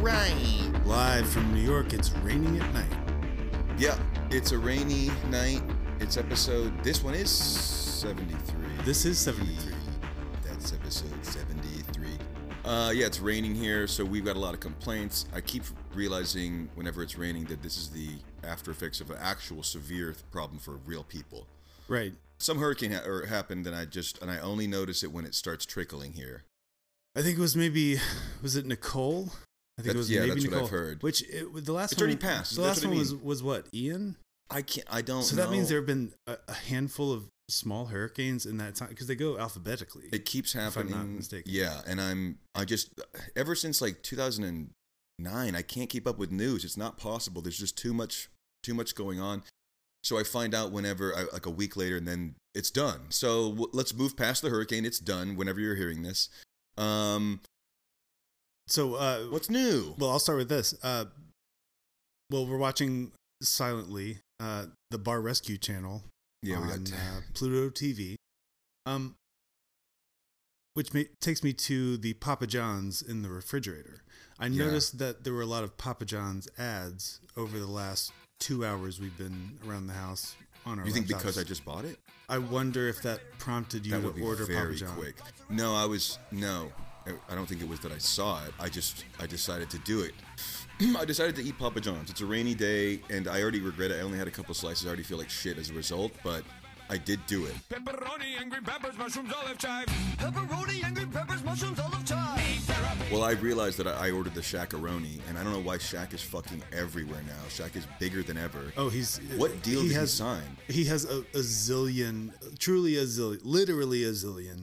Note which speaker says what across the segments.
Speaker 1: right.
Speaker 2: Live from New York, it's raining at night.
Speaker 3: Yeah, it's a rainy night. It's episode. This one is 73.
Speaker 2: This is 73.
Speaker 3: That's episode 73. Uh, yeah, it's raining here, so we've got a lot of complaints. I keep realizing whenever it's raining that this is the after effects of an actual severe th- problem for real people.
Speaker 2: Right.
Speaker 3: Some hurricane ha- or happened, and I just and I only notice it when it starts trickling here.
Speaker 2: I think it was maybe, was it Nicole? I think
Speaker 3: That-
Speaker 2: it was
Speaker 3: yeah,
Speaker 2: maybe
Speaker 3: that's what
Speaker 2: Nicole.
Speaker 3: I've heard.
Speaker 2: Which it, the last
Speaker 3: It's
Speaker 2: one,
Speaker 3: already passed.
Speaker 2: The
Speaker 3: That's
Speaker 2: last
Speaker 3: what I
Speaker 2: one was
Speaker 3: mean.
Speaker 2: was what Ian.
Speaker 3: I can't. I don't.
Speaker 2: so that means
Speaker 3: know.
Speaker 2: there have been a, a handful of small hurricanes in that time because they go alphabetically.
Speaker 3: It keeps
Speaker 2: if I'm
Speaker 3: happening.
Speaker 2: not mistaken.
Speaker 3: Yeah, and I'm I just ever since like 2009, I can't keep up with news. It's not possible. There's just too much too much going on. So I find out whenever I, like a week later, and then it's done. So w- let's move past the hurricane. It's done. Whenever you're hearing this, um,
Speaker 2: so uh,
Speaker 3: what's new?
Speaker 2: Well, I'll start with this. Uh, well, we're watching silently uh, the Bar Rescue Channel
Speaker 3: yeah, we
Speaker 2: on
Speaker 3: got
Speaker 2: uh, Pluto TV, um, which ma- takes me to the Papa John's in the refrigerator. I
Speaker 3: Yeah.
Speaker 2: noticed that there were a lot of Papa John's ads over the last two hours we've been around the house on our.
Speaker 3: You think
Speaker 2: laptops.
Speaker 3: because I just bought it?
Speaker 2: I wonder if that prompted you
Speaker 3: that
Speaker 2: to
Speaker 3: would be
Speaker 2: order Papa
Speaker 3: very
Speaker 2: John's.
Speaker 3: quick. No, I was no. I- I don't think it was that I saw it. I just I decided to do it. I decided to eat Papa John's. It's a rainy day, and I already regret it. I only had a couple slices. I already feel like shit as a result, but I did do it.
Speaker 4: Pepperoni and green peppers, mushrooms, olive chive.
Speaker 5: Pepperoni and green peppers, mushrooms, olive chives.
Speaker 3: Well, I realized that I I ordered the Shaqaroni, and I don't know why Shaq is fucking everywhere now. Shaq is bigger than ever.
Speaker 2: Oh, he's
Speaker 3: What deal
Speaker 2: he
Speaker 3: did he
Speaker 2: has-
Speaker 3: sign?
Speaker 2: He has a, a zillion, truly a zillion, literally a zillion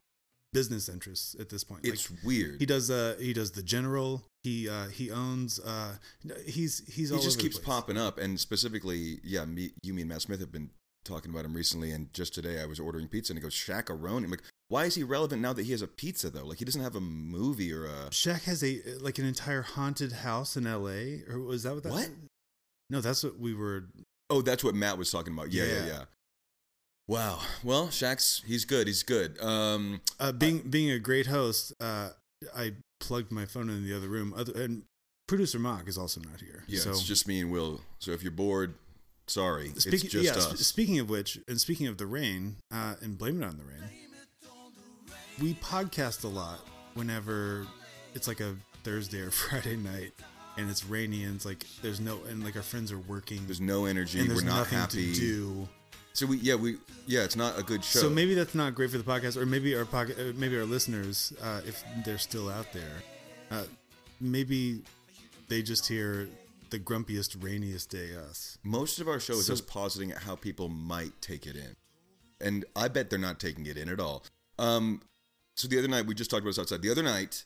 Speaker 2: business interests at this point. Like,
Speaker 3: It's weird.
Speaker 2: he does uh he does the general. He uh he owns uh he's he's all
Speaker 3: he just
Speaker 2: over the
Speaker 3: keeps
Speaker 2: place.
Speaker 3: popping up and specifically yeah me you me and matt smith have been talking about him recently and just today i was ordering pizza and it goes shakaroni i'm like why is he relevant now that he has a pizza though like he doesn't have a movie or a
Speaker 2: Shaq has a like an entire haunted house in L.A. Or was that what that?
Speaker 3: What?
Speaker 2: No, that's what we were.
Speaker 3: oh that's what matt was talking about yeah yeah
Speaker 2: Yeah.
Speaker 3: yeah, wow well Shaq's he's good he's good um
Speaker 2: Uh, being being a great host, uh, I plugged my phone in the other room. Other and producer Mock is also not here.
Speaker 3: yeah
Speaker 2: so
Speaker 3: it's just me and will so if you're bored sorry
Speaker 2: Speaking,
Speaker 3: it's just
Speaker 2: yeah,
Speaker 3: us
Speaker 2: sp- speaking of which, and speaking of the rain, uh, and blame it on the rain, we podcast a lot whenever it's like a Thursday or Friday night and it's rainy and it's like there's no, and like our friends are working
Speaker 3: there's no energy
Speaker 2: and there's
Speaker 3: we're not
Speaker 2: nothing
Speaker 3: happy
Speaker 2: to do.
Speaker 3: so we yeah we yeah it's not a good show
Speaker 2: So maybe that's not great for the podcast, or maybe our podcast, maybe our listeners, uh, if they're still out there, uh, maybe they just hear the grumpiest, rainiest day us.
Speaker 3: Most of our show is
Speaker 2: So-
Speaker 3: just positing at how people might take it in. And I bet they're not taking it in at all. Um, so the other night, we just talked about this outside. The other night,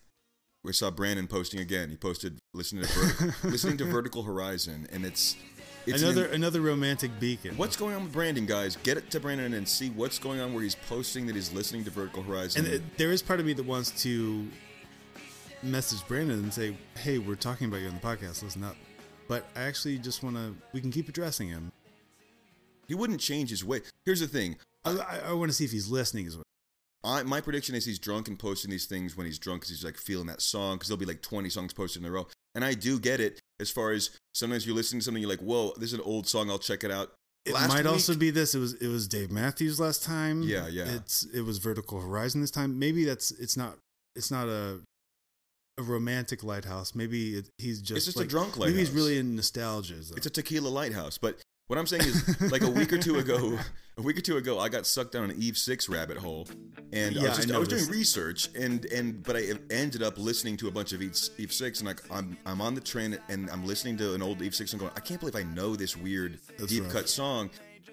Speaker 3: we saw Brandon posting again. He posted listening to, Ver- listening to Vertical Horizon, and it's. it's an-
Speaker 2: another another romantic beacon.
Speaker 3: what's going on with Brandon, guys? Get it to Brandon and see what's going on where he's posting that he's listening to Vertical Horizon.
Speaker 2: And it, there is part of me that wants to message Brandon and say, "Hey, we're talking about you on the podcast. Listen up." But I actually just want to. We can keep addressing him.
Speaker 3: he wouldn't change his way. Here's the thing
Speaker 2: I, I, I want to see if he's listening. As well.
Speaker 3: I, my prediction is he's drunk and posting these things when he's drunk because he's like feeling that song because there'll be like 20 songs posted in a row. And I do get it as far as sometimes you're listening to something, you're like, whoa, this is an old song. I'll check it out.
Speaker 2: It
Speaker 3: Last
Speaker 2: might
Speaker 3: week-
Speaker 2: also be this. It was it was Dave Matthews last time.
Speaker 3: Yeah, yeah.
Speaker 2: It's it was Vertical Horizon this time. Maybe that's it's not it's not a a romantic lighthouse. Maybe it, he's just
Speaker 3: just a
Speaker 2: like,
Speaker 3: drunk
Speaker 2: Maybe he's
Speaker 3: lighthouse.
Speaker 2: really in nostalgia. though.
Speaker 3: It's a tequila lighthouse. But what I'm saying is like a week or two ago, a week or two ago, I got sucked down an Eve 6 rabbit hole. And I
Speaker 2: Yeah, I
Speaker 3: was, just, I was doing
Speaker 2: noticed.
Speaker 3: research and, and, but I ended up listening to a bunch of Eve, Eve 6 and like I'm, I'm on the train and I'm listening to an old Eve 6 and going, I can't believe I know this weird
Speaker 2: That's
Speaker 3: deep
Speaker 2: rough.
Speaker 3: cut song.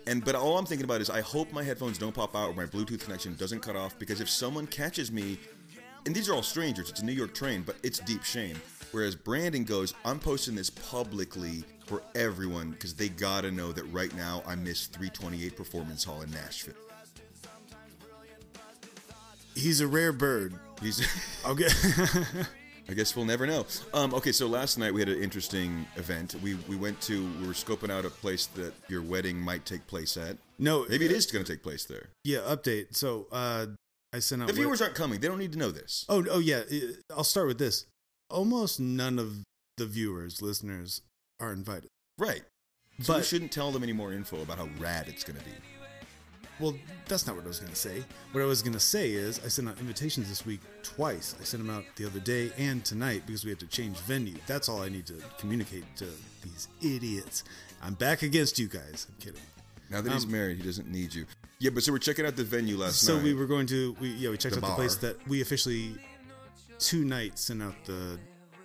Speaker 3: And but all I'm thinking about is I hope my headphones don't pop out or my Bluetooth connection doesn't cut off because if someone catches me, and these are all strangers, it's a New York train, but it's deep shame. Whereas Brandon goes, I'm posting this publicly for everyone because they gotta know that right now I miss 328 Performance Hall in Nashville.
Speaker 2: he's a rare bird.
Speaker 3: He's,
Speaker 2: Okay.
Speaker 3: I guess we'll never know. Um, okay, so last night we had an interesting event. We we went to we were scoping out a place that your wedding might take place at.
Speaker 2: no, uh,
Speaker 3: Maybe it is going to take place there.
Speaker 2: Yeah, update. So uh I sent out
Speaker 3: The viewers aren't coming. They don't need to know this.
Speaker 2: Oh, oh yeah. uh, I'll start with this. Almost none of the viewers, listeners are invited.
Speaker 3: Right. So we
Speaker 2: But-
Speaker 3: shouldn't tell them any more info about how rad it's going to be.
Speaker 2: Well, that's not what I was going to say. What I was going to say is I sent out invitations this week twice. I sent them out the other day and tonight because we had to change venue. That's all I need to communicate to these idiots. I'm back against you guys. I'm kidding.
Speaker 3: Now that he's married, he doesn't need you. Yeah, but so we're checking out the venue last
Speaker 2: Um, So
Speaker 3: night.
Speaker 2: we were going to we yeah, we checked
Speaker 3: The
Speaker 2: out the place
Speaker 3: bar.
Speaker 2: that we officially two nights sent out the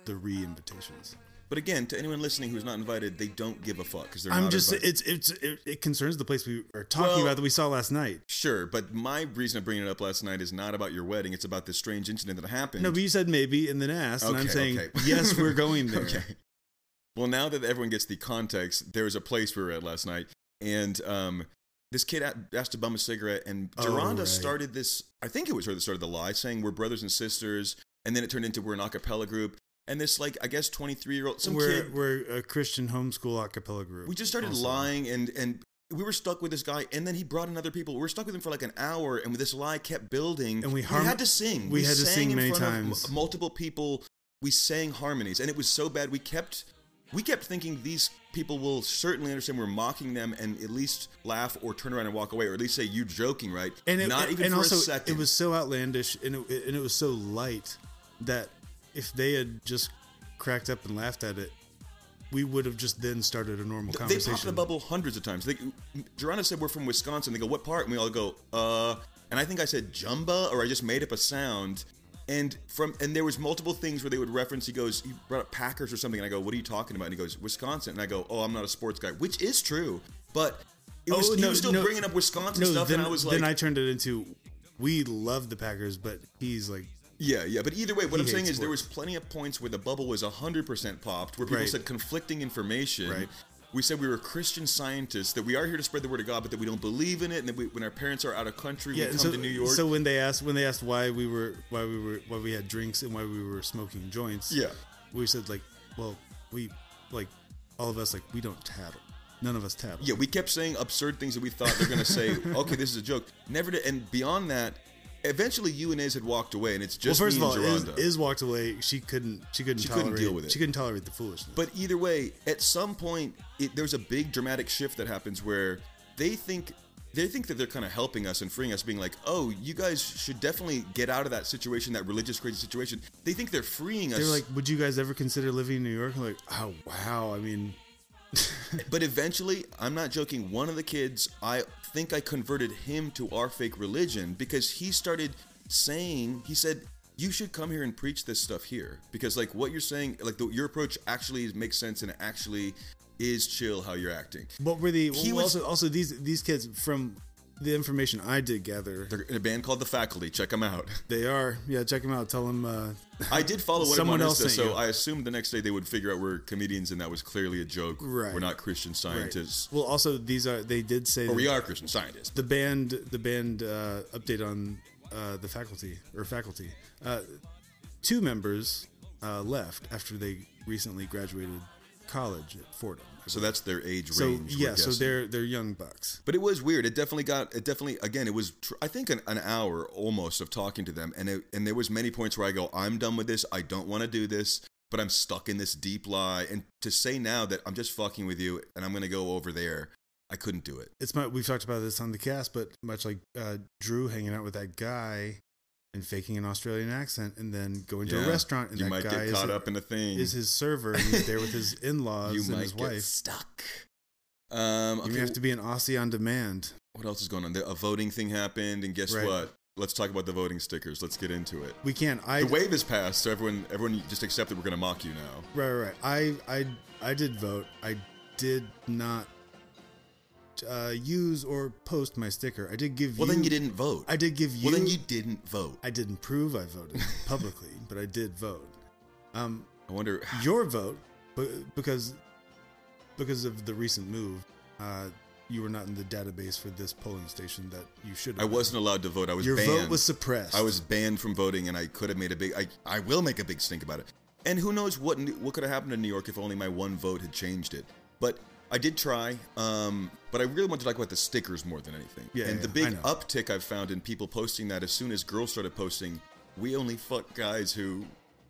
Speaker 2: the re-invitations.
Speaker 3: But again, to anyone listening who's not invited, they don't give a fuck because they're
Speaker 2: I'm
Speaker 3: not
Speaker 2: just
Speaker 3: invited.
Speaker 2: it's it's it, it concerns the place we are talking
Speaker 3: Well-
Speaker 2: about that we saw last night.
Speaker 3: Sure, but my reason of bringing it up last night is not about your wedding. It's about this strange incident that happened.
Speaker 2: No, but you said maybe and then asked, and I'm
Speaker 3: Okay,
Speaker 2: saying
Speaker 3: okay.
Speaker 2: yes, we're going there.
Speaker 3: Okay. Well, now that everyone gets the context, there was a place we were at last night, and um, this kid a- asked to bum a cigarette, and
Speaker 2: Oh,
Speaker 3: Geronda
Speaker 2: right.
Speaker 3: started this. I think it was her that started the lie, saying we're brothers and sisters, and then it turned into we're an a cappella group. And this, like, I guess, twenty-three-year-old, some
Speaker 2: we're
Speaker 3: kid,
Speaker 2: we're a Christian homeschool a cappella group.
Speaker 3: we just started
Speaker 2: also.
Speaker 3: lying, and and we were stuck with this guy, and then he brought in other people. We were stuck with him for like an hour, and this lie kept building,
Speaker 2: And we harm-
Speaker 3: had to sing.
Speaker 2: we had to
Speaker 3: sang
Speaker 2: sing
Speaker 3: in
Speaker 2: many
Speaker 3: front of m-
Speaker 2: times.
Speaker 3: multiple people. We sang harmonies, and it was so bad. We kept we kept thinking these people will certainly understand we're mocking them, and at least laugh or turn around and walk away, or at least say you joking, right?
Speaker 2: And it,
Speaker 3: not even
Speaker 2: and
Speaker 3: for
Speaker 2: also
Speaker 3: a second.
Speaker 2: it was so outlandish and it, and it was so light that if they had just cracked up and laughed at it, we would have just then started a normal
Speaker 3: They
Speaker 2: conversation.
Speaker 3: popped the bubble hundreds of times. They, Geronimo said we're from Wisconsin. They go, what part? And we all go, uh. And I think I said Jumba, or I just made up a sound. And from and there was multiple things where they would reference. He goes, he brought up Packers or something, and I go, what are you talking about? And he goes, Wisconsin. And I go, oh, I'm not a sports guy, which is true, but. It was, he was still bringing up Wisconsin
Speaker 2: Oh, no,
Speaker 3: stuff,
Speaker 2: then,
Speaker 3: and I was like,
Speaker 2: then I turned it into, we love the Packers, but he's like,
Speaker 3: Yeah, yeah, but either way, what
Speaker 2: He
Speaker 3: I'm saying
Speaker 2: hates
Speaker 3: is there was
Speaker 2: sports.
Speaker 3: plenty of points where the bubble was 100% popped, where people
Speaker 2: Right.
Speaker 3: said conflicting information.
Speaker 2: Right.
Speaker 3: We said we were Christian scientists, that we are here to spread the word of God, but that we don't believe in it, and that we, when our parents are out of country,
Speaker 2: yeah.
Speaker 3: we
Speaker 2: and
Speaker 3: come
Speaker 2: so,
Speaker 3: to New York.
Speaker 2: so when they asked when they asked why we were why we were why we had drinks and why we were smoking joints,
Speaker 3: Yeah.
Speaker 2: we said like, well, we like all of us like we don't tattle, none of us tattle.
Speaker 3: yeah, we kept saying absurd things that we thought they're going to say, okay, this is a joke. Never did. And beyond that, eventually you and Iz had walked away, and it's
Speaker 2: Well,
Speaker 3: just
Speaker 2: first of
Speaker 3: me
Speaker 2: all,
Speaker 3: and
Speaker 2: Iz,
Speaker 3: Geronda.
Speaker 2: Iz walked away. She couldn't. She couldn't.
Speaker 3: She couldn't
Speaker 2: tolerate,
Speaker 3: deal with it.
Speaker 2: She couldn't tolerate the foolishness.
Speaker 3: But either way, at some point, it, there's a big dramatic shift that happens where they think they think that they're kind of helping us and freeing us, being like, "Oh, you guys should definitely get out of that situation, that religious crazy situation." They think they're freeing us,
Speaker 2: they were like, "Would you guys ever consider living in New York?" I'm like, oh wow. I mean,
Speaker 3: but eventually, I'm not joking. One of the kids, I think I converted him to our fake religion because he started saying, he said. You should come here and preach this stuff here because, like, what you're saying, like, the, your approach actually makes sense and it actually is chill how you're acting.
Speaker 2: what were the?
Speaker 3: He
Speaker 2: well,
Speaker 3: was-
Speaker 2: also, also these these kids from the information I did gather,
Speaker 3: They're in a band called The Faculty. Check them out.
Speaker 2: they are. Yeah, check them out. Tell them. Uh,
Speaker 3: I did follow one
Speaker 2: Someone
Speaker 3: of them on
Speaker 2: else
Speaker 3: Insta,
Speaker 2: sent
Speaker 3: so
Speaker 2: you.
Speaker 3: I assumed the next day they would figure out we're comedians and that was clearly a joke.
Speaker 2: Right.
Speaker 3: We're not Christian
Speaker 2: right.
Speaker 3: scientists.
Speaker 2: Well, also these are. They did say
Speaker 3: Or
Speaker 2: that
Speaker 3: we are Christian scientists.
Speaker 2: the band. The band uh, update on uh, the faculty or faculty. Uh, two members uh, left after they recently graduated college at Fordham.
Speaker 3: So that's their age
Speaker 2: So
Speaker 3: range. we're
Speaker 2: yeah, so
Speaker 3: guessing.
Speaker 2: they're they're young bucks.
Speaker 3: But it was weird. It definitely got. It definitely again. It was. Tr- I think an, an hour almost of talking to them, and it, and there was many points where I go, I'm done with this. I don't want to do this. But I'm stuck in this deep lie, and to say now that I'm just fucking with you, and I'm gonna go over there, I couldn't do it.
Speaker 2: It's my we've talked about this on the cast, but much like uh, Drew hanging out with that guy and faking an Australian accent, and then going to
Speaker 3: Yeah.
Speaker 2: a restaurant, and
Speaker 3: you
Speaker 2: that
Speaker 3: might
Speaker 2: guy
Speaker 3: get caught
Speaker 2: is,
Speaker 3: up in a thing.
Speaker 2: is his server, and he's there with his in-laws
Speaker 3: you
Speaker 2: and
Speaker 3: might
Speaker 2: his
Speaker 3: get
Speaker 2: wife.
Speaker 3: stuck. Um,
Speaker 2: You
Speaker 3: okay,
Speaker 2: have to be an Aussie on demand.
Speaker 3: what else is going on? There, a voting thing happened, and guess
Speaker 2: Right.
Speaker 3: what? Let's talk about the voting stickers. Let's get into it.
Speaker 2: We can't. I
Speaker 3: the wave has passed, so everyone, everyone, just accept that we're going to mock you now.
Speaker 2: right, right, right. I I I did vote. I did not uh, use or post my sticker. I did give.
Speaker 3: Well,
Speaker 2: you,
Speaker 3: then you didn't vote.
Speaker 2: I did give you.
Speaker 3: Well, then you didn't vote. I,
Speaker 2: I didn't prove I voted publicly, but I did vote. Um,
Speaker 3: wonder.
Speaker 2: your vote, but because because of the recent move, uh, you were not in the database for this polling station that you should.
Speaker 3: I
Speaker 2: Have.
Speaker 3: wasn't allowed to vote. I was
Speaker 2: Your
Speaker 3: banned.
Speaker 2: vote was suppressed.
Speaker 3: I was banned from voting, and I could have made a big. I, I will make a big stink about it. And who knows what what could have happened in New York if only my one vote had changed it. But I did try. Um, but I really want to talk about the stickers more than anything.
Speaker 2: Yeah,
Speaker 3: and
Speaker 2: yeah,
Speaker 3: the
Speaker 2: I
Speaker 3: big
Speaker 2: know.
Speaker 3: uptick I've found in people posting that as soon as girls started posting, we only fuck guys who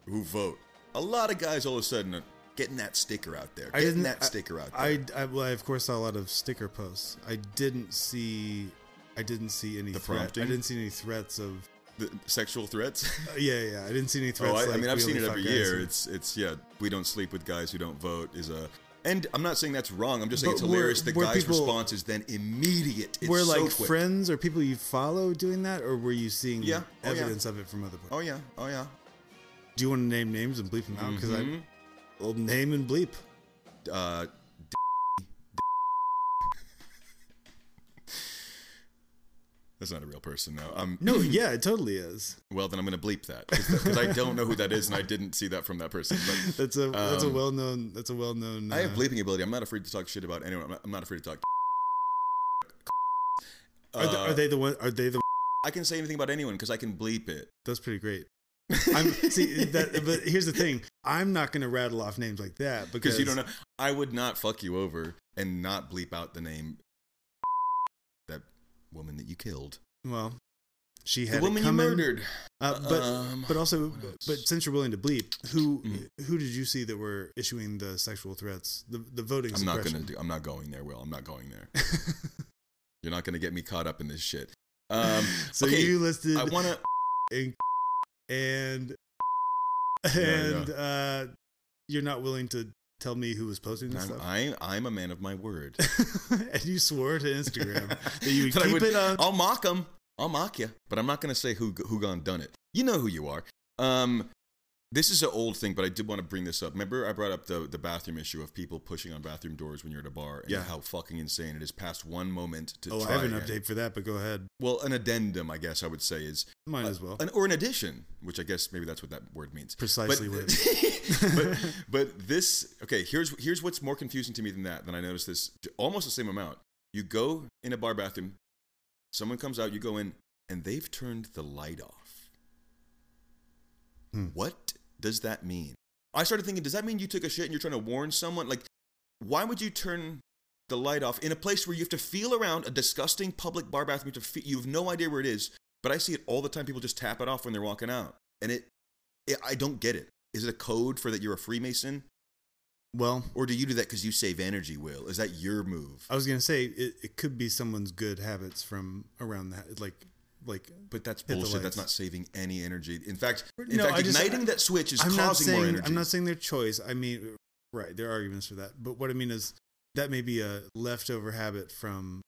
Speaker 3: who vote. A lot of guys all of a sudden Getting that sticker out there.
Speaker 2: I
Speaker 3: Getting
Speaker 2: didn't
Speaker 3: that
Speaker 2: I-
Speaker 3: sticker out there.
Speaker 2: I, I, well, I of course saw a lot of sticker posts. I didn't see, I didn't see any
Speaker 3: The
Speaker 2: threat-
Speaker 3: prompting?
Speaker 2: I didn't see any threats of.
Speaker 3: the sexual threats.
Speaker 2: uh, yeah, yeah. I didn't see any threats.
Speaker 3: oh, I, I
Speaker 2: like,
Speaker 3: mean, I've
Speaker 2: we
Speaker 3: seen it
Speaker 2: only
Speaker 3: every
Speaker 2: fuck guys
Speaker 3: year.
Speaker 2: and-
Speaker 3: It's it's yeah. We don't sleep with guys who don't vote is a. And I'm not saying that's wrong. I'm just saying
Speaker 2: But
Speaker 3: it's
Speaker 2: were-
Speaker 3: hilarious. The
Speaker 2: were
Speaker 3: guy's
Speaker 2: people-
Speaker 3: response is then immediate. It's
Speaker 2: were
Speaker 3: so
Speaker 2: like
Speaker 3: quick.
Speaker 2: friends or people you follow doing that, or were you seeing
Speaker 3: Yeah. Oh, yeah.
Speaker 2: evidence of it from other? people?
Speaker 3: Oh yeah. Oh yeah.
Speaker 2: Do you want to name names and bleep them out? Because I,
Speaker 3: Mm-hmm.
Speaker 2: well, name and bleep.
Speaker 3: Uh, that's not a real person. No. Um.
Speaker 2: No, yeah, it totally is.
Speaker 3: Well, then I'm gonna bleep that because I don't know who that is and I didn't see that from that person. But
Speaker 2: That's a that's a
Speaker 3: Um,
Speaker 2: well known that's a uh, well known.
Speaker 3: I have bleeping ability. I'm not afraid to talk shit about anyone. I'm not, I'm not afraid to talk.
Speaker 2: Are, they,
Speaker 3: Uh,
Speaker 2: are they the one? Are they the?
Speaker 3: I can say anything about anyone because I can bleep it.
Speaker 2: That's pretty great. I'm see that, but here's the thing: I'm not going to rattle off names like that because
Speaker 3: Because you don't know. I would not fuck you over and not bleep out the name that woman that you killed.
Speaker 2: Well, she
Speaker 3: The
Speaker 2: had
Speaker 3: woman
Speaker 2: it
Speaker 3: you
Speaker 2: coming.
Speaker 3: murdered.
Speaker 2: Uh, but
Speaker 3: Um,
Speaker 2: but also,
Speaker 3: what else?
Speaker 2: but since you're willing to bleep, who
Speaker 3: Mm.
Speaker 2: who did you see that were issuing the sexual threats? The the voting.
Speaker 3: I'm not
Speaker 2: suppression?
Speaker 3: gonna do I'm not going there, Will. I'm not going there. You're not gonna get me caught up in this shit. Um
Speaker 2: so
Speaker 3: okay,
Speaker 2: you listed
Speaker 3: I wanna
Speaker 2: and and
Speaker 3: yeah.
Speaker 2: and uh, you're not willing to tell me who was posting this
Speaker 3: I'm,
Speaker 2: stuff.
Speaker 3: I'm, I'm a man of my word.
Speaker 2: and you swore to Instagram that you would
Speaker 3: That I
Speaker 2: keep
Speaker 3: would-
Speaker 2: it on.
Speaker 3: I'll mock them. I'll mock you, but I'm not going to say who who gone done it. You know who you are. Um, this is an old thing, but I did want to bring this up. Remember, I brought up the the bathroom issue of people pushing on bathroom doors when you're at a bar, and
Speaker 2: Yeah.
Speaker 3: how fucking insane it is. Past one moment to
Speaker 2: Oh, I
Speaker 3: try
Speaker 2: have an
Speaker 3: again.
Speaker 2: update for that, but go ahead.
Speaker 3: Well, an addendum, I guess I would say is
Speaker 2: Might as well.
Speaker 3: an, or an addition, which I guess maybe that's what that word means.
Speaker 2: Precisely
Speaker 3: but,
Speaker 2: what
Speaker 3: but but this okay. Here's here's what's more confusing to me than that. Then I noticed this almost the same amount. You go in a bar bathroom, someone comes out, you go in, and they've turned the light off.
Speaker 2: Hmm.
Speaker 3: What does that mean? I started thinking, does that mean you took a shit and you're trying to warn someone? Like, why would you turn the light off in a place where you have to feel around a disgusting public bar bathroom. To fe- you have no idea where it is, but I see it all the time. People just tap it off when they're walking out, and it, it I don't get it. Is it a code for that you're a Freemason,
Speaker 2: Well,
Speaker 3: or do you do that because you save energy? Will is that your move?
Speaker 2: I was gonna say it, it could be someone's good habits from around that, like, like.
Speaker 3: But that's
Speaker 2: the
Speaker 3: bullshit. That's not
Speaker 2: lights.
Speaker 3: saving any energy. In fact, in
Speaker 2: No,
Speaker 3: fact,
Speaker 2: I just-
Speaker 3: igniting that switch is
Speaker 2: I'm
Speaker 3: causing
Speaker 2: not saying
Speaker 3: more energy.
Speaker 2: I'm not saying their choice. I mean, right? There are arguments for that, but what I mean is that may be a leftover habit from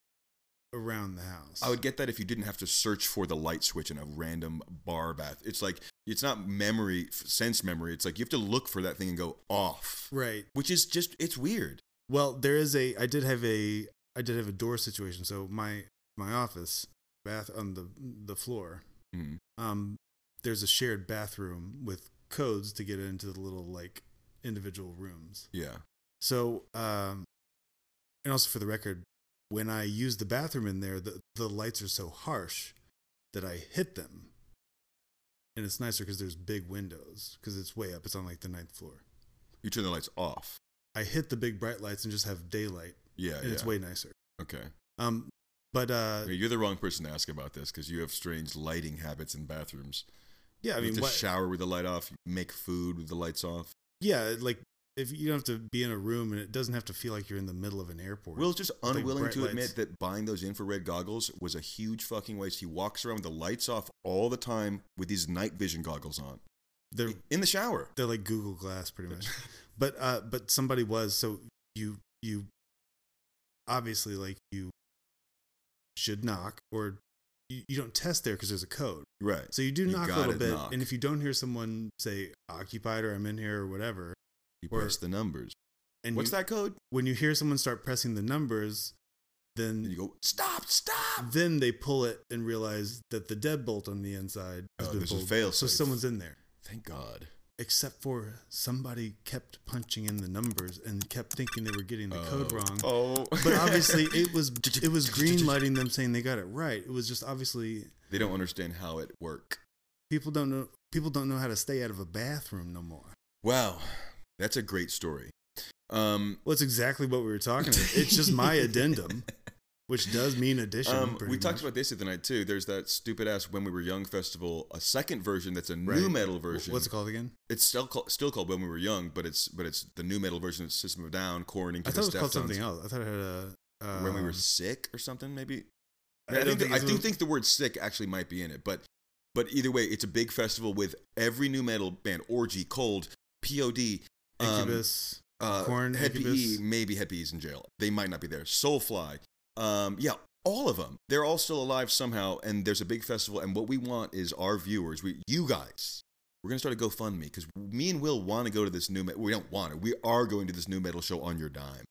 Speaker 2: around the house.
Speaker 3: I would get that if you didn't have to search for the light switch in a random bar bath. It's like it's not memory, sense memory. It's like you have to look for that thing and go off,
Speaker 2: right.
Speaker 3: which is just it's weird.
Speaker 2: Well, there is a. I did have a. I did have a door situation. So my my office bath on the the floor.
Speaker 3: Mm.
Speaker 2: Um, there's a shared bathroom with codes to get into the little like individual rooms.
Speaker 3: Yeah.
Speaker 2: So, um, and also for the record, when I use the bathroom in there, the, the lights are so harsh that I hit them. And it's nicer because there's big windows because it's way up. It's on like the ninth floor.
Speaker 3: You turn the lights off.
Speaker 2: I hit the big bright lights and just have daylight,
Speaker 3: Yeah.
Speaker 2: and it's
Speaker 3: yeah.
Speaker 2: way nicer.
Speaker 3: okay.
Speaker 2: Um, but uh,
Speaker 3: Well, You're the wrong person to ask about this because you have strange lighting habits in bathrooms.
Speaker 2: yeah, I
Speaker 3: you
Speaker 2: mean,
Speaker 3: have to
Speaker 2: what,
Speaker 3: shower with the light off, you make food with the lights off.
Speaker 2: yeah, like if you don't have to be in a room and it doesn't have to feel like you're in the middle of an airport.
Speaker 3: Will's just
Speaker 2: With, like,
Speaker 3: unwilling
Speaker 2: bright
Speaker 3: to admit
Speaker 2: lights.
Speaker 3: that buying those infrared goggles was a huge fucking waste. He walks around with the lights off all the time with these night vision goggles on
Speaker 2: they're
Speaker 3: in the shower.
Speaker 2: they're like Google Glass, pretty much. but uh, but somebody was so you you obviously like you should knock or you, you don't test there because there's a code.
Speaker 3: Right.
Speaker 2: So you do
Speaker 3: You
Speaker 2: knock a
Speaker 3: gotta
Speaker 2: little bit,
Speaker 3: knock.
Speaker 2: and if you don't hear someone say occupied or I'm in here or whatever,
Speaker 3: You
Speaker 2: or-
Speaker 3: press the numbers.
Speaker 2: and
Speaker 3: What's
Speaker 2: you-
Speaker 3: that code?
Speaker 2: when you hear someone start pressing the numbers, then
Speaker 3: And you go, stop, stop.
Speaker 2: then they pull it and realize that the deadbolt on the inside has
Speaker 3: Oh,
Speaker 2: been
Speaker 3: there's a
Speaker 2: pulled. so
Speaker 3: fail-safe.
Speaker 2: someone's in there.
Speaker 3: Thank God.
Speaker 2: except for somebody kept punching in the numbers and kept thinking they were getting the code wrong.
Speaker 3: Oh.
Speaker 2: But obviously, it was it was green lighting them saying they got it right. It was just obviously
Speaker 3: they don't understand how it work.
Speaker 2: people don't know people don't know how to stay out of a bathroom no more.
Speaker 3: Wow. That's a great story. Um,
Speaker 2: Well, it's exactly what we were talking about. It's just my addendum. which does mean addition.
Speaker 3: Um,
Speaker 2: pretty
Speaker 3: we talked
Speaker 2: much.
Speaker 3: about this the other night too. There's that stupid ass "When We Were Young" festival, a second version that's a new
Speaker 2: Right.
Speaker 3: metal
Speaker 2: Wh-
Speaker 3: version.
Speaker 2: What's it called again?
Speaker 3: It's still called, still called "When We Were Young," but it's but it's the new metal version of System of a Down, Corning
Speaker 2: I
Speaker 3: to
Speaker 2: thought
Speaker 3: the
Speaker 2: it was called something
Speaker 3: Deftones.
Speaker 2: else. I thought it had a. Um,
Speaker 3: When we were sick or something, maybe.
Speaker 2: I don't
Speaker 3: I, think
Speaker 2: think
Speaker 3: the, I
Speaker 2: it's
Speaker 3: do
Speaker 2: a-
Speaker 3: think the word "sick" actually might be in it, but but either way, it's a big festival with every new metal band: Orgy, Cold, POD, um,
Speaker 2: Incubus.
Speaker 3: uh,
Speaker 2: Korn,
Speaker 3: Head
Speaker 2: Incubus.
Speaker 3: PE, maybe Head PE's in jail. They might not be there. Soulfly, um, yeah, all of them. They're all still alive somehow, and there's a big festival. And what we want is our viewers, we, you guys. We're gonna start a GoFundMe because me and Will want to go to this new. me- We don't want to. We are going to this new metal show on your dime.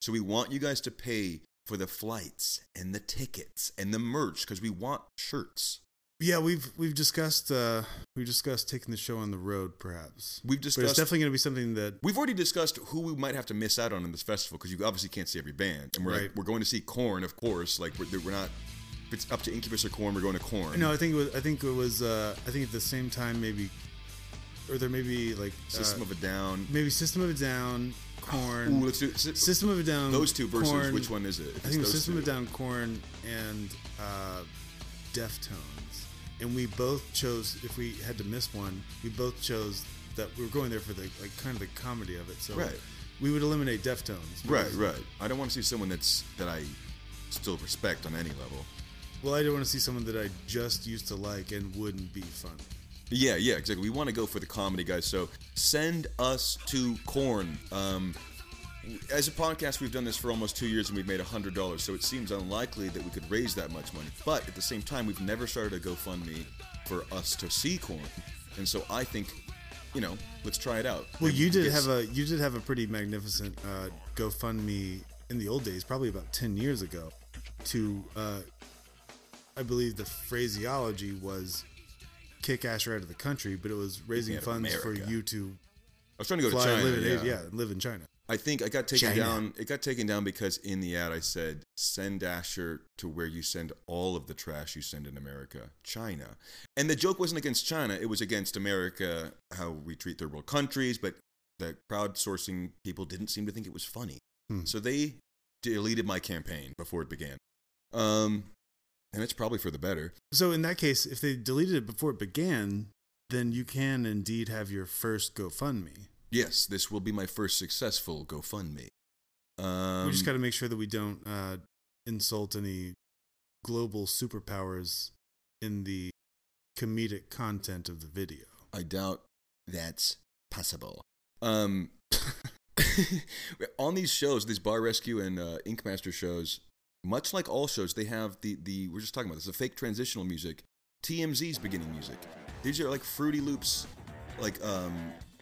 Speaker 3: So we want you guys to pay for the flights and the tickets and the merch because we want shirts.
Speaker 2: yeah, we've we've discussed uh, we discussed taking the show on the road, perhaps.
Speaker 3: We've
Speaker 2: but it's
Speaker 3: discussed.
Speaker 2: definitely going to be something that
Speaker 3: We've already discussed who we might have to miss out on in this festival because you obviously can't see every band, and we're like,
Speaker 2: Right.
Speaker 3: we're going to see Corn, of course. Like we're, we're not. If it's up to Incubus or Corn, we're going to Corn.
Speaker 2: No, I think it was. I think it was. Uh, I think at the same time, maybe, or there may be like uh,
Speaker 3: System of a Down.
Speaker 2: maybe System of a Down, Corn.
Speaker 3: Ooh, let's do si-
Speaker 2: System of a Down.
Speaker 3: those two versus
Speaker 2: Korn-
Speaker 3: which one is it? If
Speaker 2: I
Speaker 3: it's
Speaker 2: think it was
Speaker 3: those
Speaker 2: System
Speaker 3: two.
Speaker 2: of a Down, Corn, and uh, Deftones, and we both chose. If we had to miss one, we both chose that we were going there for the like kind of the comedy of it. So
Speaker 3: Right.
Speaker 2: we would eliminate Deftones.
Speaker 3: Right,
Speaker 2: because-
Speaker 3: right. I don't want to see someone that's that I still respect on any level.
Speaker 2: Well, I don't want to see someone that I just used to like and wouldn't be fun.
Speaker 3: Yeah, yeah, exactly. We want to go for the comedy guys. So send us to Corn. Um, as a podcast, we've done this for almost two years and we've made hundred dollars. So it seems unlikely that we could raise that much money. But at the same time, we've never started a GoFundMe for us to see Corn. And so I think, you know, let's try it out.
Speaker 2: Well, you did
Speaker 3: It's-
Speaker 2: have a you did have a pretty magnificent uh, GoFundMe in the old days, probably about ten years ago. To uh, I believe the phraseology was "kick Asher out of the country," but it was raising
Speaker 3: out of
Speaker 2: funds
Speaker 3: America.
Speaker 2: for you to
Speaker 3: I was trying to go
Speaker 2: fly,
Speaker 3: to China.
Speaker 2: live in
Speaker 3: yeah.
Speaker 2: Asia, yeah, and live in China.
Speaker 3: I think I got taken
Speaker 2: China.
Speaker 3: down. It got taken down because in the ad I said, "Send Asher to where you send all of the trash you send in America, China." And the joke wasn't against China; it was against America, how we treat third world countries. But the crowdsourcing people didn't seem to think it was funny,
Speaker 2: Hmm.
Speaker 3: so they deleted my campaign before it began. Um, and it's probably for the better.
Speaker 2: So in that case, if they deleted it before it began, then you can indeed have your first GoFundMe.
Speaker 3: Yes, this will be my first successful GoFundMe. Um,
Speaker 2: we just got to make sure that we don't uh, insult any global superpowers in the comedic content of the video.
Speaker 3: I doubt that's possible. Um, on these shows, these Bar Rescue and uh, Ink Master shows, much like all shows, they have the the we're just talking about this, the fake transitional music, TMZ's beginning music. These are like Fruity Loops, like um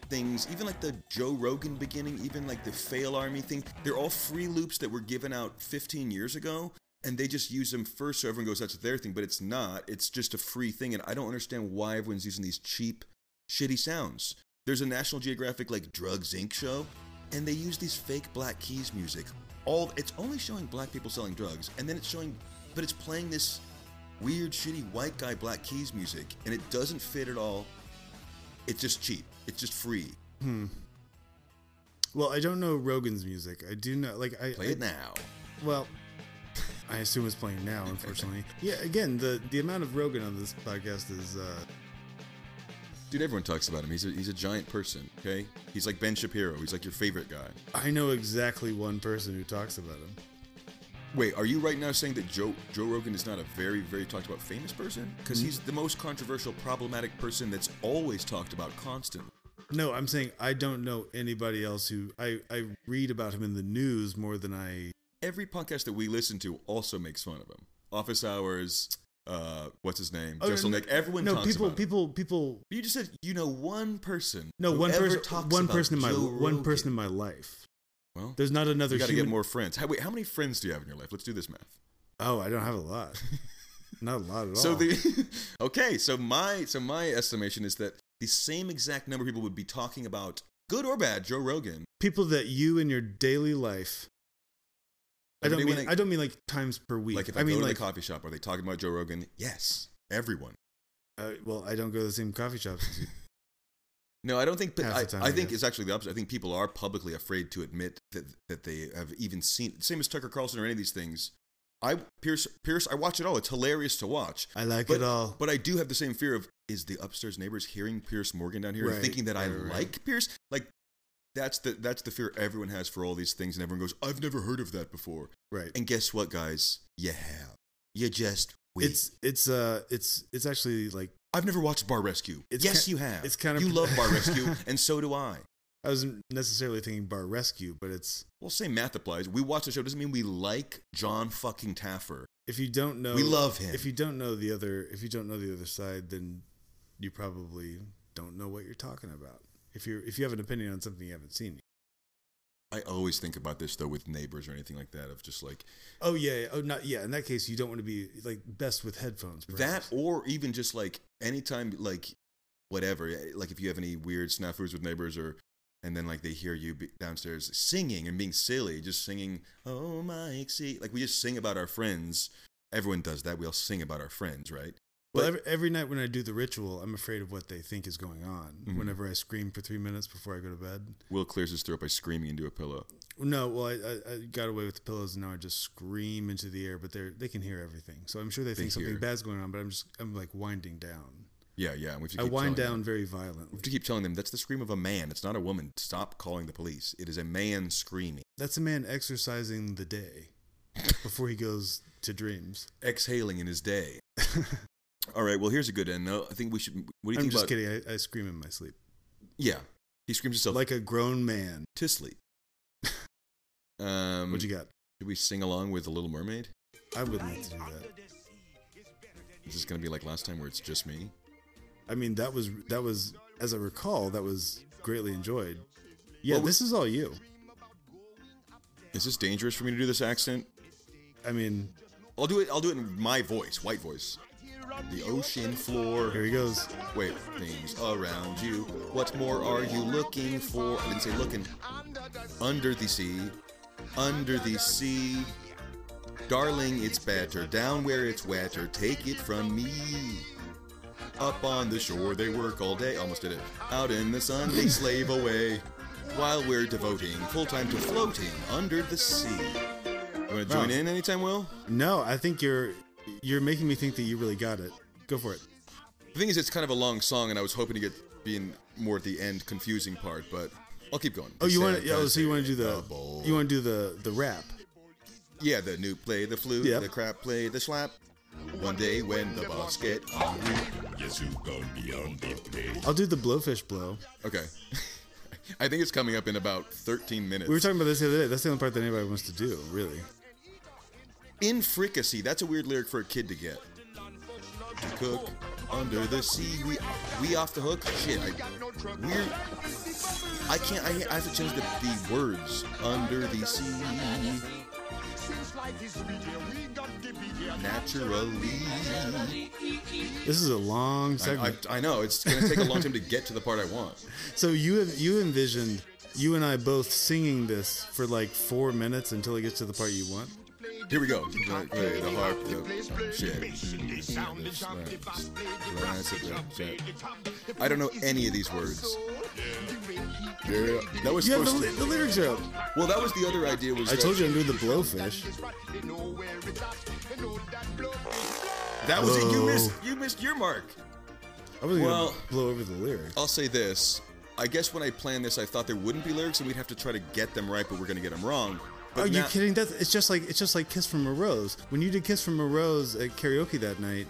Speaker 3: things, even like the Joe Rogan beginning, even like the Fail Army thing. They're all free loops that were given out 15 years ago. And they just use them first, so everyone goes, "That's their thing," but it's not. It's just a free thing, and I don't understand why everyone's using these cheap shitty sounds. There's a National Geographic like Drugs Inc. show, and they use these fake Black Keys music. All it's only showing black people selling drugs, and then it's showing, but it's playing this weird, shitty white guy Black Keys music, and it doesn't fit at all. It's just cheap. It's just free.
Speaker 2: Well, I don't know Rogan's music. I do know, like, I
Speaker 3: Play it now.
Speaker 2: I- Well, I assume it's playing now. Unfortunately, yeah. Again, the the amount of Rogan on this podcast is uh,
Speaker 3: Dude, everyone talks about him. He's a, he's a giant person, okay? He's like Ben Shapiro. He's like your favorite guy.
Speaker 2: I know exactly one person who talks about him.
Speaker 3: Wait, are you right now saying that Joe Joe Rogan is not a very very talked about famous person? Because he's the most controversial, problematic person that's always talked about constantly.
Speaker 2: No, I'm saying I don't know anybody else who I I read about him in the news more than I
Speaker 3: Every podcast that we listen to also makes fun of him. Office Hours, uh, what's his name,
Speaker 2: Oh,
Speaker 3: Jessel
Speaker 2: no,
Speaker 3: Nick. Everyone
Speaker 2: no
Speaker 3: talks
Speaker 2: people
Speaker 3: about him.
Speaker 2: people people
Speaker 3: You just said you know one person.
Speaker 2: No,
Speaker 3: who
Speaker 2: one
Speaker 3: ever
Speaker 2: person.
Speaker 3: talks
Speaker 2: One
Speaker 3: about
Speaker 2: person in my
Speaker 3: Joe
Speaker 2: one person in
Speaker 3: Rogan.
Speaker 2: my life.
Speaker 3: Well,
Speaker 2: There's not another
Speaker 3: you got to
Speaker 2: human.
Speaker 3: get more friends. How, wait, how many friends do you have in your life? Let's do this math.
Speaker 2: Oh, I don't have a lot. not a lot at
Speaker 3: So
Speaker 2: all.
Speaker 3: the okay, so my so my estimation is that the same exact number of people would be talking about good or bad Joe Rogan.
Speaker 2: people that you in your daily life. I
Speaker 3: Every
Speaker 2: don't
Speaker 3: day
Speaker 2: mean
Speaker 3: when
Speaker 2: I don't mean like times per week.
Speaker 3: Like if I,
Speaker 2: I, mean
Speaker 3: go to
Speaker 2: like
Speaker 3: the coffee shop, are they talking about Joe Rogan? Yes, everyone.
Speaker 2: uh, well, I don't go to the same coffee shops. as you.
Speaker 3: No, I don't think.
Speaker 2: Half the
Speaker 3: I,
Speaker 2: time,
Speaker 3: I
Speaker 2: I
Speaker 3: think
Speaker 2: guess.
Speaker 3: it's actually the opposite. I think people are publicly afraid to admit that that they have even seen. Same as Tucker Carlson or any of these things. I Pierce Pierce, I watch it all. It's hilarious to watch.
Speaker 2: I like
Speaker 3: But-
Speaker 2: it all.
Speaker 3: But I do have the same fear of is the upstairs neighbors hearing Pierce Morgan down here and
Speaker 2: Right,
Speaker 3: thinking that I
Speaker 2: right, right.
Speaker 3: like Pierce? Like that's the that's the fear everyone has for all these things, and everyone goes, I've never heard of that before.
Speaker 2: right.
Speaker 3: And guess what, guys? You have. You just wait.
Speaker 2: It's it's uh it's it's actually like
Speaker 3: I've never watched Bar Rescue.
Speaker 2: It's
Speaker 3: yes,
Speaker 2: ki-
Speaker 3: you have.
Speaker 2: it's kind of-
Speaker 3: you love Bar Rescue, and so do I.
Speaker 2: I wasn't necessarily thinking bar rescue, but it's
Speaker 3: Well, same math applies. We watch the show doesn't mean we like John fucking Taffer.
Speaker 2: if you don't know
Speaker 3: We love him.
Speaker 2: If you don't know the other if you don't know the other side, then you probably don't know what you're talking about. If you are if you have an opinion on something you haven't seen.
Speaker 3: I always think about this though with neighbors or anything like that of just like
Speaker 2: Oh yeah, yeah. oh not yeah. In that case, you don't want to be like best with headphones.
Speaker 3: that
Speaker 2: perhaps.
Speaker 3: or even just like anytime like whatever eh, like if you have any weird snafus with neighbors or and then like they hear you be downstairs singing and being silly just singing oh my see like we just sing about our friends everyone does that we all sing about our friends right
Speaker 2: Well, every, every night when I do the ritual, I'm afraid of what they think is going on.
Speaker 3: Mm-hmm.
Speaker 2: Whenever I scream for three minutes before I go to bed.
Speaker 3: will clears his throat by screaming into a pillow
Speaker 2: No, well, I, I, I got away with the pillows, and now I just scream into the air. But they are they can hear everything, so I'm sure they, think something
Speaker 3: hear.
Speaker 2: bad's going on. But I'm just I'm like winding down.
Speaker 3: yeah yeah and we have to
Speaker 2: I
Speaker 3: keep
Speaker 2: wind
Speaker 3: telling them-
Speaker 2: down very
Speaker 3: we
Speaker 2: violently.
Speaker 3: have to keep telling them that's the scream of a man it's not a woman stop calling the police it is a man screaming
Speaker 2: That's a man exercising the day before he goes to dreams.
Speaker 3: exhaling in his day all right well here's a good end though i think we should what do you
Speaker 2: I'm
Speaker 3: think
Speaker 2: just
Speaker 3: about
Speaker 2: kidding. I, I scream in my sleep
Speaker 3: yeah he screams himself
Speaker 2: like a grown man.
Speaker 3: to sleep. um,
Speaker 2: What you got?
Speaker 3: Should we sing along with The Little Mermaid?
Speaker 2: I would like to do that.
Speaker 3: Is this going to be like last time where it's just me?
Speaker 2: I mean, that was that was as I recall, that was greatly enjoyed. Yeah,
Speaker 3: Well, we-
Speaker 2: this is all you.
Speaker 3: Is this dangerous for me to do this accent?
Speaker 2: I mean,
Speaker 3: I'll do it. I'll do it in my voice, white voice. The ocean floor.
Speaker 2: here he goes.
Speaker 3: Wait, things around you. What more are you looking for? I didn't say looking. Under the sea. Under the sea. Darling, it's better. Down where it's wetter. Take it from me. Up on the shore, they work all day. Almost did it. Out in the sun, they slave away. While we're devoting full time to floating under the sea. You want to join
Speaker 2: Wow.
Speaker 3: in anytime, Will?
Speaker 2: No, I think you're you're making me think that you really got it. Go for it.
Speaker 3: The thing is, it's kind of a long song, and I was hoping to get being more at the end confusing part, but I'll keep going.
Speaker 2: Oh, you want to? Oh, so you want to do the
Speaker 3: Bowl.
Speaker 2: you want to do the the rap?
Speaker 3: Yeah, the new play the flute,
Speaker 2: Yep.
Speaker 3: the crap play the slap. One day when the boss get hungry, guess who gonna be on the plate?
Speaker 2: I'll do the blowfish blow.
Speaker 3: Okay, I think it's coming up in about 13 minutes.
Speaker 2: We were talking about this the other day. That's the only part that anybody wants to do, really.
Speaker 3: in fricassee. That's a weird lyric for a kid to get. To cook under the sea, we we off the hook. Shit, I weird. I can't. I, I have to change the, the words under the sea. Naturally,
Speaker 2: This is a long
Speaker 3: I,
Speaker 2: segment.
Speaker 3: I, I know it's gonna take a long time to get to the part I want.
Speaker 2: so you have you envisioned you and I both singing this for like four minutes until it gets to the part you want.
Speaker 3: Here we go. Play, play the harp, the- oh, shit. I don't know any of these words. Yeah, that was
Speaker 2: You have the,
Speaker 3: supposed
Speaker 2: li-
Speaker 3: to,
Speaker 2: the lyrics are up.
Speaker 3: well. That was the other idea. Was
Speaker 2: I
Speaker 3: that,
Speaker 2: told you I'm doing the blowfish.
Speaker 3: that was it. You
Speaker 2: Whoa.
Speaker 3: missed. You missed your mark.
Speaker 2: I was
Speaker 3: Well-
Speaker 2: gonna blow over the lyrics.
Speaker 3: I'll say this. I guess when I planned this, I thought there wouldn't be lyrics, and we'd have to try to get them right, but we're gonna get them wrong. But
Speaker 2: Are you
Speaker 3: now-
Speaker 2: kidding? That's it's just like it's just like Kiss from a Rose. When you did Kiss from a Rose at karaoke that night,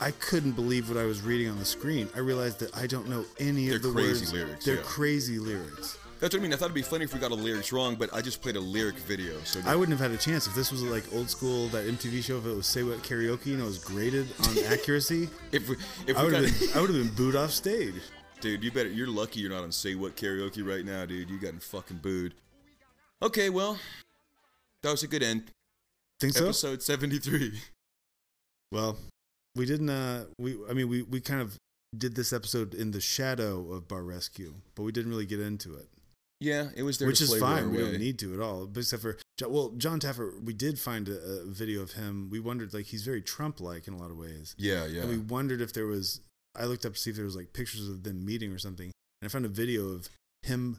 Speaker 2: I couldn't believe what I was reading on the screen. I realized that I don't know any
Speaker 3: They're
Speaker 2: of the
Speaker 3: crazy
Speaker 2: words.
Speaker 3: lyrics,
Speaker 2: They're
Speaker 3: yeah.
Speaker 2: crazy lyrics.
Speaker 3: That's what I mean. I thought it'd be funny if we got all the lyrics wrong, but I just played a lyric video. So
Speaker 2: I wouldn't have had a chance if this was like old school that MTV show if it was Say What Karaoke and it was graded on accuracy.
Speaker 3: if we, if
Speaker 2: I
Speaker 3: we
Speaker 2: would
Speaker 3: got,
Speaker 2: have been I would have been booed off stage.
Speaker 3: Dude, you better. You're lucky you're not on Say What Karaoke right now, dude. You gotten fucking booed. Okay, well, that was a good end.
Speaker 2: Think so?
Speaker 3: Episode 73.
Speaker 2: Well, we didn't. Uh, we I mean we we kind of did this episode in the shadow of Bar Rescue, but we didn't really get into it.
Speaker 3: Yeah, it was there.
Speaker 2: which
Speaker 3: to
Speaker 2: is
Speaker 3: flavor our
Speaker 2: fine. We
Speaker 3: way.
Speaker 2: don't need to at all, but except for Jo- well, John Taffer. We did find a, a video of him. We wondered like he's very Trump-like in a lot of ways,
Speaker 3: Yeah, yeah.
Speaker 2: and we wondered if there was. I looked up to see if there was like pictures of them meeting or something, and I found a video of him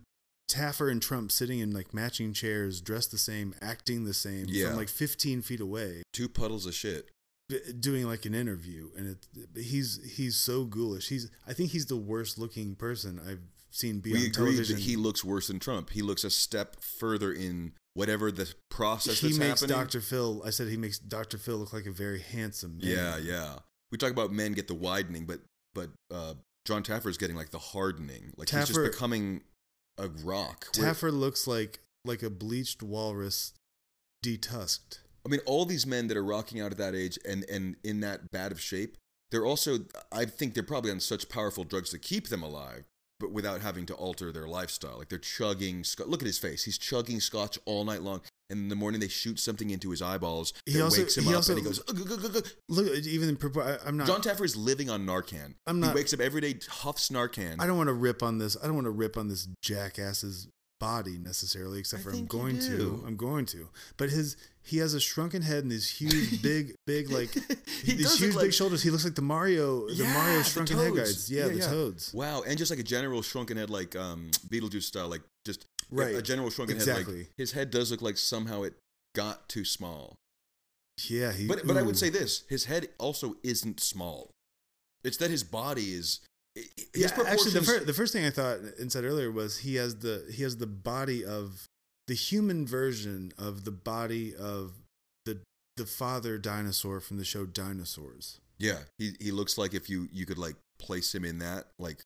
Speaker 2: Taffer and Trump sitting in like matching chairs, dressed the same, acting the same,
Speaker 3: Yeah.
Speaker 2: from like 15 feet away,
Speaker 3: Two puddles of shit.
Speaker 2: b- doing like an interview, and it, he's he's so ghoulish. He's I think he's the worst looking person I've seen be
Speaker 3: we
Speaker 2: on
Speaker 3: agree
Speaker 2: television.
Speaker 3: that he looks worse than Trump. He looks a step further in whatever the process
Speaker 2: he
Speaker 3: that's
Speaker 2: makes
Speaker 3: happening.
Speaker 2: Dr. Phil. I said he makes Dr. Phil look like a very handsome man.
Speaker 3: Yeah, yeah. We talk about men get the widening, but but uh, John Taffer's getting like the hardening. Like he's just
Speaker 2: Taffer-
Speaker 3: becoming a rock. Where-
Speaker 2: Taffer looks like like a bleached walrus, detusked.
Speaker 3: I mean, all these men that are rocking out at that age and and in that bad of shape, they're also. I think they're probably on such powerful drugs to keep them alive, but without having to alter their lifestyle. Like they're chugging. Sc- Look at his face. He's chugging scotch all night long. And in the morning, they shoot something into his eyeballs.
Speaker 2: He
Speaker 3: He
Speaker 2: also-
Speaker 3: wakes him
Speaker 2: he
Speaker 3: up
Speaker 2: also-
Speaker 3: and he goes. "Ugh, ugh, ugh, ugh, ugh."
Speaker 2: Look, even I- I'm not.
Speaker 3: John Taffer is living on Narcan.
Speaker 2: I'm not-
Speaker 3: He wakes up every day, huffs Narcan.
Speaker 2: I don't want to rip on this. I don't want to rip on this jackass's body necessarily, except
Speaker 3: I
Speaker 2: for I'm
Speaker 3: think you
Speaker 2: going to.
Speaker 3: do.
Speaker 2: I'm going to. But his he has a shrunken head and these huge, big, big like
Speaker 3: He
Speaker 2: these
Speaker 3: does
Speaker 2: huge,
Speaker 3: look
Speaker 2: big
Speaker 3: like-
Speaker 2: shoulders. He looks like the Mario, the
Speaker 3: Yeah,
Speaker 2: Mario shrunken head
Speaker 3: toads.
Speaker 2: guys. Yeah, the toads.
Speaker 3: Wow, and just like a general shrunken head, like um, Beetlejuice style, like just a-
Speaker 2: Right.
Speaker 3: a general shrunken head.
Speaker 2: Exactly.
Speaker 3: Like his head does look like somehow it got too small.
Speaker 2: Yeah, he,
Speaker 3: But but I
Speaker 2: ooh.
Speaker 3: would say this: his head also isn't small. It's that his body is. i- i- His
Speaker 2: yeah, actually, the,
Speaker 3: proportions-
Speaker 2: fir- the first thing I thought and said earlier was he has the he has the body of the human version of the body of the the father dinosaur from the show Dinosaurs.
Speaker 3: yeah, he he looks like if you you could like place him in that like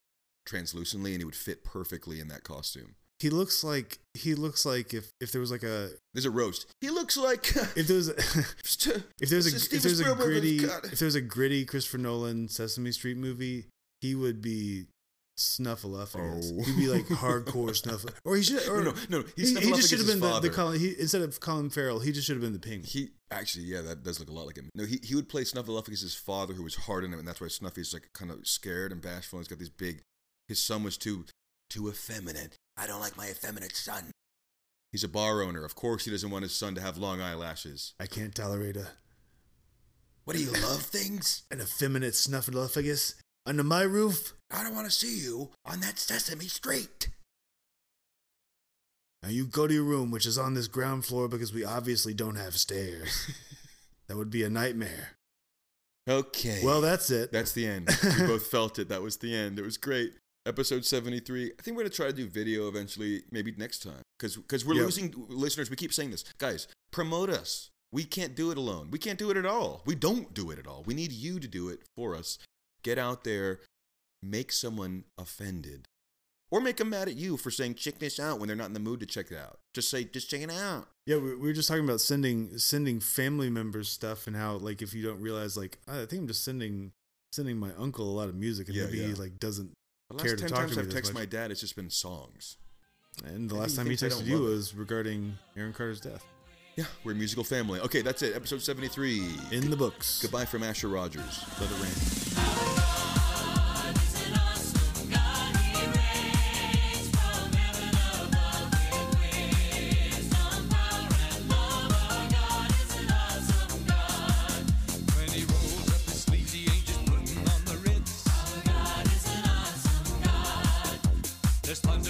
Speaker 3: translucently, and he would fit perfectly in that costume.
Speaker 2: He looks like he looks like if if there was like a
Speaker 3: There's a roast. He looks like
Speaker 2: if there was if there was
Speaker 3: It's
Speaker 2: a
Speaker 3: Steven
Speaker 2: if there was a
Speaker 3: Spielberg with
Speaker 2: gritty
Speaker 3: God.
Speaker 2: if there was a gritty Christopher Nolan Sesame Street movie, he would be snuffleupagus.
Speaker 3: Oh.
Speaker 2: He'd be like hardcore snuffle, or he should or
Speaker 3: no, no, no,
Speaker 2: He,
Speaker 3: he's
Speaker 2: he
Speaker 3: Snuffleupagus'
Speaker 2: just should have been the, the
Speaker 3: father.
Speaker 2: Colin. He, instead of Colin Farrell, he just should have been the penguin.
Speaker 3: He actually, yeah, that does look a lot like him. No, he, he would play Snuffleupagus' father, who was hard on him, and that's why Snuffy's like kind of scared and bashful. And he's got these big. His son was too too effeminate. I don't like my effeminate son. He's a bar owner. Of course, he doesn't want his son to have long eyelashes.
Speaker 2: I can't tolerate a
Speaker 3: What do you love things?
Speaker 2: an effeminate snuffleupagus under my roof.
Speaker 3: I don't want to see you on that Sesame Street.
Speaker 2: Now you go to your room, which is on this ground floor, because we obviously don't have stairs. that would be a nightmare.
Speaker 3: Okay.
Speaker 2: Well, that's it.
Speaker 3: That's the end. we both felt it. That was the end. It was great. Episode 73. I think we're going to try to do video eventually, maybe next time. Because we're
Speaker 2: Yep.
Speaker 3: losing listeners. We keep saying this. Guys, promote us. We can't do it alone. We can't do it at all. We don't do it at all. We need you to do it for us. Get out there, make someone offended. Or make them mad at you for saying, check this out when they're not in the mood to check it out. Just say, just check it out.
Speaker 2: Yeah, we, we were just talking about sending sending family members stuff and how like if you don't realize like "Oh, I think I'm just sending sending my uncle a lot of music and
Speaker 3: Yeah,
Speaker 2: maybe he
Speaker 3: yeah.
Speaker 2: like doesn't.
Speaker 3: The
Speaker 2: Care
Speaker 3: last
Speaker 2: to
Speaker 3: 10
Speaker 2: talk
Speaker 3: times
Speaker 2: to
Speaker 3: I've
Speaker 2: me this
Speaker 3: texted
Speaker 2: much.
Speaker 3: my dad, it's just been songs.
Speaker 2: And the
Speaker 3: Maybe
Speaker 2: last
Speaker 3: he
Speaker 2: time he
Speaker 3: thinks I
Speaker 2: texted
Speaker 3: don't
Speaker 2: you
Speaker 3: love it.
Speaker 2: was regarding Aaron Carter's death
Speaker 3: Yeah, we're a musical family. Okay, that's it. Episode 73.
Speaker 2: in the books.
Speaker 3: Goodbye from Asher Rogers. Let it rain.
Speaker 4: When he rolls up his sleeves, he ain't just putting on the ritz. Our God is an awesome God. There's tons